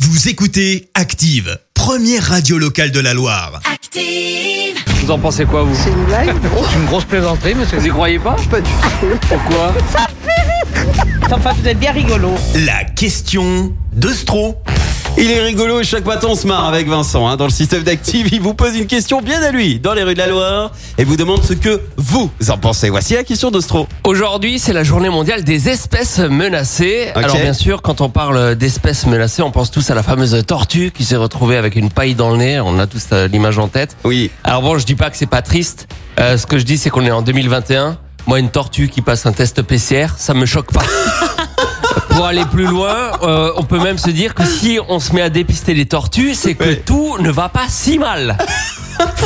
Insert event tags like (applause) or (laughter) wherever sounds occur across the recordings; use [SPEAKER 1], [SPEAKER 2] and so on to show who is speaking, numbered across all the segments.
[SPEAKER 1] Vous écoutez Active, première radio locale de la Loire.
[SPEAKER 2] Active.
[SPEAKER 3] Vous en pensez quoi, vous
[SPEAKER 4] C'est une blague
[SPEAKER 3] une grosse plaisanterie, monsieur Vous y croyez pas
[SPEAKER 4] Pas du tout.
[SPEAKER 3] Pourquoi
[SPEAKER 4] Enfin, vous êtes bien rigolo.
[SPEAKER 1] La question de Stro.
[SPEAKER 5] Il est rigolo et chaque matin on se marre avec Vincent. hein. Dans le système d'active, il vous pose une question bien à lui dans les rues de la Loire et vous demande ce que vous en pensez. Voici la question d'Ostro.
[SPEAKER 3] Aujourd'hui, c'est la journée mondiale des espèces menacées.
[SPEAKER 5] Ok.
[SPEAKER 3] Alors bien sûr, quand on parle d'espèces menacées, on pense tous à la fameuse tortue qui s'est retrouvée avec une paille dans le nez. On a tous euh, l'image en tête.
[SPEAKER 5] Oui.
[SPEAKER 3] Alors bon, je dis pas que c'est pas triste. Euh, ce que je dis, c'est qu'on est en 2021. Moi, une tortue qui passe un test PCR, ça me choque pas. Pour aller plus loin, euh, on peut même se dire que si on se met à dépister les tortues, c'est que
[SPEAKER 5] Ouais.
[SPEAKER 3] tout ne va pas si mal.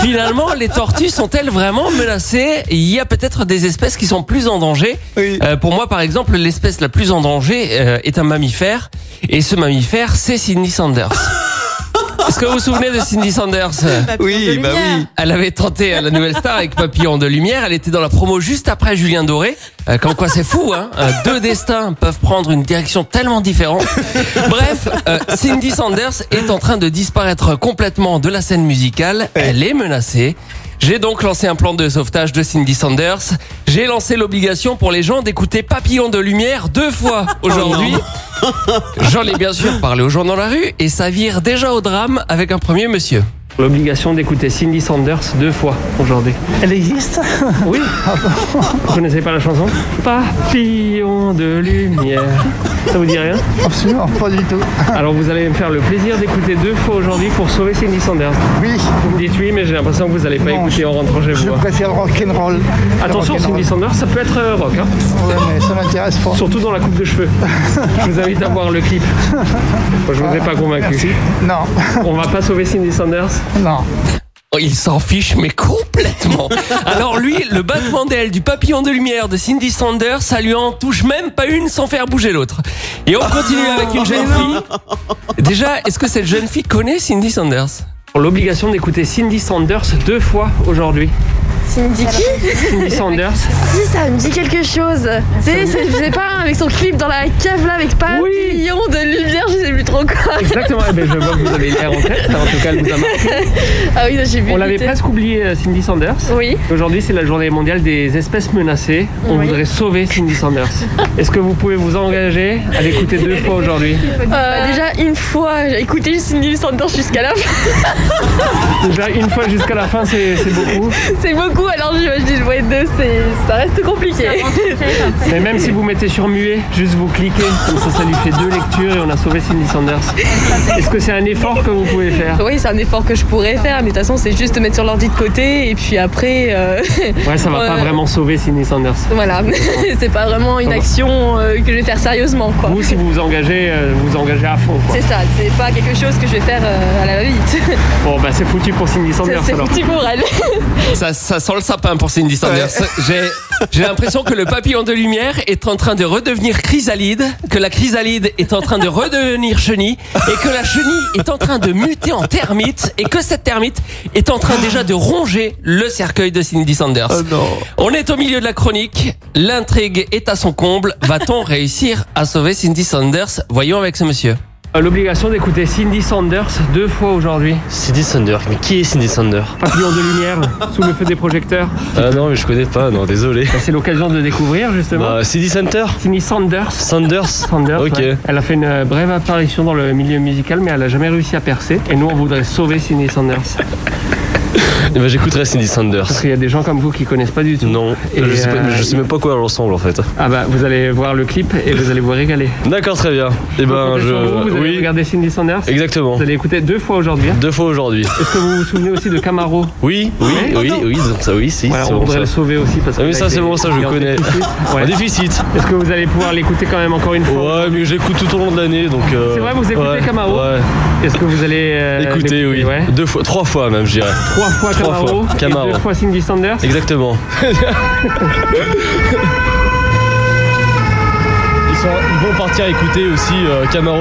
[SPEAKER 3] Finalement, les tortues sont-elles vraiment menacées Il y a peut-être des espèces qui sont plus en danger.
[SPEAKER 5] Oui.
[SPEAKER 3] Euh, pour moi, par exemple, l'espèce la plus en danger euh, est un mammifère. Et ce mammifère, c'est Cindy Sanders. Est-ce que vous vous souvenez de Cindy Sanders
[SPEAKER 5] Oui, bah oui.
[SPEAKER 3] elle avait tenté euh, la nouvelle star avec Papillon de Lumière. Elle était dans la promo juste après Julien Doré. Euh, comme quoi, c'est fou, hein Euh, Deux destins peuvent prendre une direction tellement différente. Bref, euh, Cindy Sanders est en train de disparaître complètement de la scène musicale. Elle est menacée. J'ai donc lancé un plan de sauvetage de Cindy Sanders. J'ai lancé l'obligation pour les gens d'écouter Papillon de Lumière deux fois aujourd'hui. J'en ai bien sûr parlé aux gens dans la rue et ça vire déjà au drame avec un premier monsieur. L'obligation d'écouter Cindy Sanders deux fois aujourd'hui.
[SPEAKER 4] Elle existe
[SPEAKER 3] Oui. Vous connaissez pas la chanson Papillon de lumière. Ça vous dit rien
[SPEAKER 4] Absolument, pas du tout.
[SPEAKER 3] Alors vous allez me faire le plaisir d'écouter deux fois aujourd'hui pour sauver Cindy Sanders.
[SPEAKER 4] Ah Oui,
[SPEAKER 3] Vous me dites oui, mais j'ai l'impression que vous allez pas
[SPEAKER 4] Non,
[SPEAKER 3] écouter
[SPEAKER 4] je-
[SPEAKER 3] en rentrant chez
[SPEAKER 4] je
[SPEAKER 3] vous. hein.
[SPEAKER 4] préfère rock'n'roll. Le
[SPEAKER 3] Attention, Cindy
[SPEAKER 4] rock'n'roll.
[SPEAKER 3] Sanders, ça peut être euh, rock, hein.
[SPEAKER 4] Ouais, mais ça m'intéresse pas.
[SPEAKER 3] surtout dans la coupe de
[SPEAKER 4] (laughs)
[SPEAKER 3] cheveux. Je vous invite à voir le clip. Moi, je vous ai pas
[SPEAKER 4] Merci.
[SPEAKER 3] convaincu.
[SPEAKER 4] Non, (laughs)
[SPEAKER 3] On va pas sauver Cindy Sanders
[SPEAKER 4] non.
[SPEAKER 3] Oh, Il s'en fiche, mais complètement. Alors lui, le battement d'aile du papillon de lumière de Cindy Sanders, ça lui en touche même pas une sans faire bouger l'autre. Et on continue avec une jeune fille. Déjà, est-ce que cette jeune fille connaît Cindy Sanders L'obligation d'écouter Cindy Sanders deux fois aujourd'hui.
[SPEAKER 6] Cindy qui
[SPEAKER 3] Cindy Sanders
[SPEAKER 6] Si, ça me dit quelque chose.
[SPEAKER 3] Ah,
[SPEAKER 6] Tu sais, c'est- je sais pas, avec son clip dans la cave là, avec papillon de lumière, je sais plus trop quoi.
[SPEAKER 3] Exactement, Eh ben, je vois que vous avez l'air en tête, hein. en tout cas elle vous a marqué.
[SPEAKER 6] Ah oui, j'ai vu.
[SPEAKER 3] On l'avait
[SPEAKER 6] goûter.
[SPEAKER 3] presque oublié euh, Cindy Sanders.
[SPEAKER 6] Oui.
[SPEAKER 3] Aujourd'hui c'est la journée mondiale des espèces menacées. On
[SPEAKER 6] Oui.
[SPEAKER 3] voudrait sauver Cindy Sanders. Est-ce que vous pouvez vous engager à l'écouter deux fois aujourd'hui
[SPEAKER 6] Euh, déjà une fois, j'ai écouté Cindy Sanders jusqu'à la fin. (laughs)
[SPEAKER 3] Déjà une fois jusqu'à la fin, c'est c'est beaucoup.
[SPEAKER 6] C'est beaucoup, alors je je dis, ouais, deux, c'est- ça reste compliqué.
[SPEAKER 3] Mais même si vous mettez sur muet, juste vous cliquez, comme ça, ça lui fait deux lectures et on a sauvé Cindy Sanders. Est-ce que c'est un effort que vous pouvez faire
[SPEAKER 6] Oui, c'est un effort que je pourrais faire, mais de toute façon, c'est juste mettre sur l'ordi de côté et puis après, euh, (laughs)
[SPEAKER 3] Ouais, ça va pas
[SPEAKER 6] Ouais.
[SPEAKER 3] vraiment sauver Cindy Sanders.
[SPEAKER 6] voilà. (laughs) c'est pas vraiment une action euh, que je vais faire sérieusement, quoi.
[SPEAKER 3] Vous, si vous vous engagez, euh, vous vous engagez à fond. Quoi.
[SPEAKER 6] C'est ça, c'est pas quelque chose que je vais faire euh, à la va-vite.
[SPEAKER 3] Bon, bah c'est foutu pour Cindy
[SPEAKER 6] C'est-
[SPEAKER 3] Sanders
[SPEAKER 6] (laughs) C'est
[SPEAKER 3] alors.
[SPEAKER 6] petit pour elle.
[SPEAKER 3] Ça, ça sent le sapin pour Cindy Sanders. J'ai- J'ai l'impression que le papillon de lumière est en train de redevenir chrysalide, que la chrysalide est en train de redevenir chenille, et que la chenille est en train de muter en termite, et que cette termite est en train déjà de ronger le cercueil de Cindy Sanders. On est au milieu de la chronique, l'intrigue est à son comble. Va-t-on réussir à sauver Cindy Sanders Voyons avec ce monsieur. Euh, L'obligation d'écouter Cindy Sanders deux fois aujourd'hui.
[SPEAKER 7] Cindy Thunder, mais qui est Cindy Thunder
[SPEAKER 3] Papillon de lumière sous le feu des projecteurs. Bah,
[SPEAKER 7] Ah non, mais je connais pas, non, désolé.
[SPEAKER 3] C'est l'occasion de découvrir justement.
[SPEAKER 7] Bah, Cindy Center
[SPEAKER 3] Cindy Sanders. (laughs)
[SPEAKER 7] Sanders
[SPEAKER 3] Sanders,
[SPEAKER 7] Ok.
[SPEAKER 3] ouais. Elle a fait une euh, brève apparition dans le milieu musical, mais elle n'a jamais réussi à percer. Et nous, on voudrait sauver Cindy Sanders.
[SPEAKER 7] Eh ben, j'écouterai Cindy Sanders.
[SPEAKER 3] Parce qu'il y a des gens comme vous qui connaissent pas du tout.
[SPEAKER 7] Non,
[SPEAKER 3] Et,
[SPEAKER 7] je, sais pas,
[SPEAKER 3] euh,
[SPEAKER 7] je sais même pas quoi elle ressemble en fait.
[SPEAKER 3] Ah bah, vous allez voir le clip et vous allez vous régaler.
[SPEAKER 7] D'accord, très bien. Et ben,
[SPEAKER 3] Comptez
[SPEAKER 7] je.
[SPEAKER 3] sur vous, vous allez
[SPEAKER 7] oui,
[SPEAKER 3] regarder Cindy Sanders.
[SPEAKER 7] exactement.
[SPEAKER 3] Vous allez écouter deux fois aujourd'hui.
[SPEAKER 7] Deux fois aujourd'hui.
[SPEAKER 3] Est-ce que vous vous souvenez aussi de Camaro
[SPEAKER 7] Oui, oui,
[SPEAKER 3] Ouais.
[SPEAKER 7] oui, oui, donc ça, oui, si.
[SPEAKER 3] Voilà,
[SPEAKER 7] c'est
[SPEAKER 3] On
[SPEAKER 7] bon,
[SPEAKER 3] voudrait le
[SPEAKER 7] ça.
[SPEAKER 3] sauver aussi parce que.
[SPEAKER 7] Ah, mais ça, c'est bon, ça, je connais. En
[SPEAKER 3] Ouais.
[SPEAKER 7] déficit.
[SPEAKER 3] Est-ce que vous allez pouvoir l'écouter quand même encore une fois
[SPEAKER 7] Ouais, mais j'écoute tout au long de l'année, donc. euh,
[SPEAKER 3] C'est vrai, vous écoutez
[SPEAKER 7] ouais,
[SPEAKER 3] Camaro
[SPEAKER 7] Ouais,
[SPEAKER 3] Est-ce que vous allez. euh,
[SPEAKER 7] écoutez,
[SPEAKER 3] l'écouter,
[SPEAKER 7] oui.
[SPEAKER 3] ouais
[SPEAKER 7] Deux fois, trois fois même, je dirais.
[SPEAKER 3] Trois fois
[SPEAKER 7] Trois
[SPEAKER 3] Camaro,
[SPEAKER 7] fois. Camaro.
[SPEAKER 3] et deux fois Cindy Sanders.
[SPEAKER 7] Exactement. ils, sont- ils vont partir écouter aussi euh, Camaro et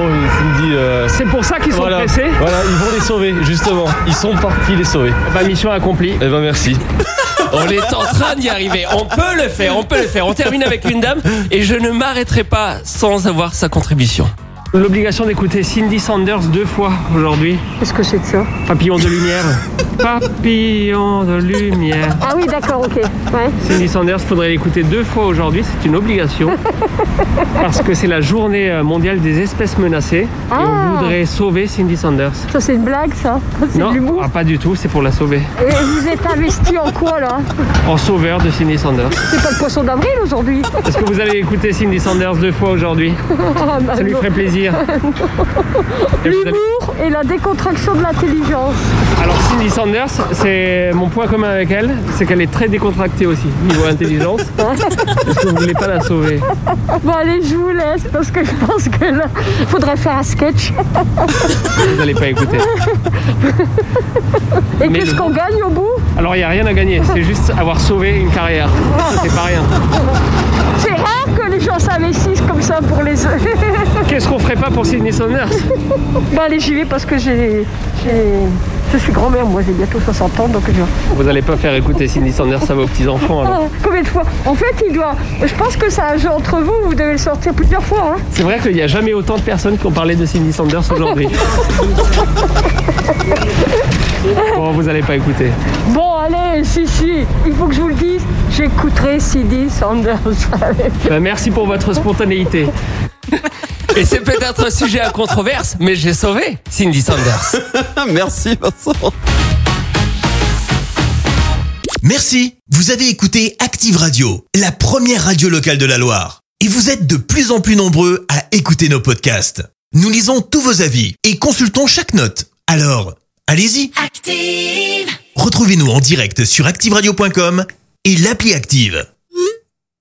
[SPEAKER 7] Cindy. euh,
[SPEAKER 3] C'est pour ça qu'ils sont
[SPEAKER 7] voilà,
[SPEAKER 3] pressés.
[SPEAKER 7] voilà, ils vont les sauver, justement. Ils sont partis les sauver.
[SPEAKER 3] Bah, mission accomplie.
[SPEAKER 7] Eh ben merci.
[SPEAKER 3] On est en train d'y arriver. On peut le faire, on peut le faire. On termine avec une dame et je ne m'arrêterai pas sans avoir sa contribution.
[SPEAKER 2] L'obligation d'écouter Cindy Sanders deux fois aujourd'hui.
[SPEAKER 8] Qu'est-ce que c'est que ça
[SPEAKER 2] Papillon de
[SPEAKER 8] (laughs)
[SPEAKER 2] lumière. Papillon de lumière.
[SPEAKER 8] Ah oui, d'accord, ok. Ouais.
[SPEAKER 2] Cindy Sanders, faudrait l'écouter deux fois aujourd'hui, c'est une obligation.
[SPEAKER 8] (laughs)
[SPEAKER 2] Parce que c'est la journée euh, mondiale des espèces menacées. Et on
[SPEAKER 8] Ah.
[SPEAKER 2] voudrait sauver Cindy Sanders.
[SPEAKER 8] Ça, c'est une blague, ça C'est de
[SPEAKER 2] Non,
[SPEAKER 8] l'humour
[SPEAKER 2] ah, pas du tout, c'est pour la sauver.
[SPEAKER 8] Et vous êtes investi en quoi, là
[SPEAKER 2] En sauveur de Cindy Sanders.
[SPEAKER 8] C'est pas le poisson d'avril, aujourd'hui
[SPEAKER 2] Est-ce que vous allez écouter Cindy Sanders deux fois aujourd'hui
[SPEAKER 8] (laughs) Ah, bah,
[SPEAKER 2] Ça lui
[SPEAKER 8] non.
[SPEAKER 2] ferait
[SPEAKER 8] (laughs)
[SPEAKER 2] plaisir. Et vous allez-
[SPEAKER 8] L'humour et la décontraction de l'intelligence.
[SPEAKER 2] Alors Cindy Sanders, c'est mon point commun avec elle, c'est qu'elle est très décontractée aussi niveau intelligence. Est-ce que vous voulez pas la sauver
[SPEAKER 8] Bon, Oh, bah, allez, je vous laisse, parce que je pense que là, faudrait faire un sketch.
[SPEAKER 2] Vous n'allez pas écouter.
[SPEAKER 8] Et
[SPEAKER 2] Mais
[SPEAKER 8] qu'est-ce
[SPEAKER 2] le-
[SPEAKER 8] qu'on gagne, au bout
[SPEAKER 2] Alors il n'y a rien à gagner, c'est juste avoir sauvé une carrière. Ça, C'est pas rien.
[SPEAKER 8] C'est rare que les gens s'investissent comme ça pour les œufs. (laughs)
[SPEAKER 2] Qu'est-ce qu'on ferait pas pour Cindy Sanders
[SPEAKER 8] bon, Bah, allez, j'y vais, parce que j'ai... j'ai- Je suis grand-mère, moi, j'ai bientôt 60 ans, donc je...
[SPEAKER 2] Vous n'allez pas faire écouter Cindy Sanders à vos petits enfants.
[SPEAKER 8] Ah, combien de fois En fait, il doit. Je pense que c'est un jeu entre vous, vous devez le sortir plusieurs fois. hein.
[SPEAKER 2] C'est vrai qu'il n'y a jamais autant de personnes qui ont parlé de Cindy Sanders aujourd'hui. Bon, vous n'allez pas écouter.
[SPEAKER 8] Bon, allez, si, si, il faut que je vous le dise, j'écouterai Cindy Sanders. (laughs)
[SPEAKER 2] Bah, merci pour votre spontanéité.
[SPEAKER 3] Et c'est peut-être un sujet à controverse, mais j'ai sauvé Cindy Sanders.
[SPEAKER 5] Merci Vincent.
[SPEAKER 1] Merci. Vous avez écouté Active Radio, la première radio locale de la Loire. Et vous êtes de plus en plus nombreux à écouter nos podcasts. Nous lisons tous vos avis et consultons chaque note. Alors, allez-y.
[SPEAKER 9] Active.
[SPEAKER 1] Retrouvez-nous en direct sur activeradio.com et l'appli Active.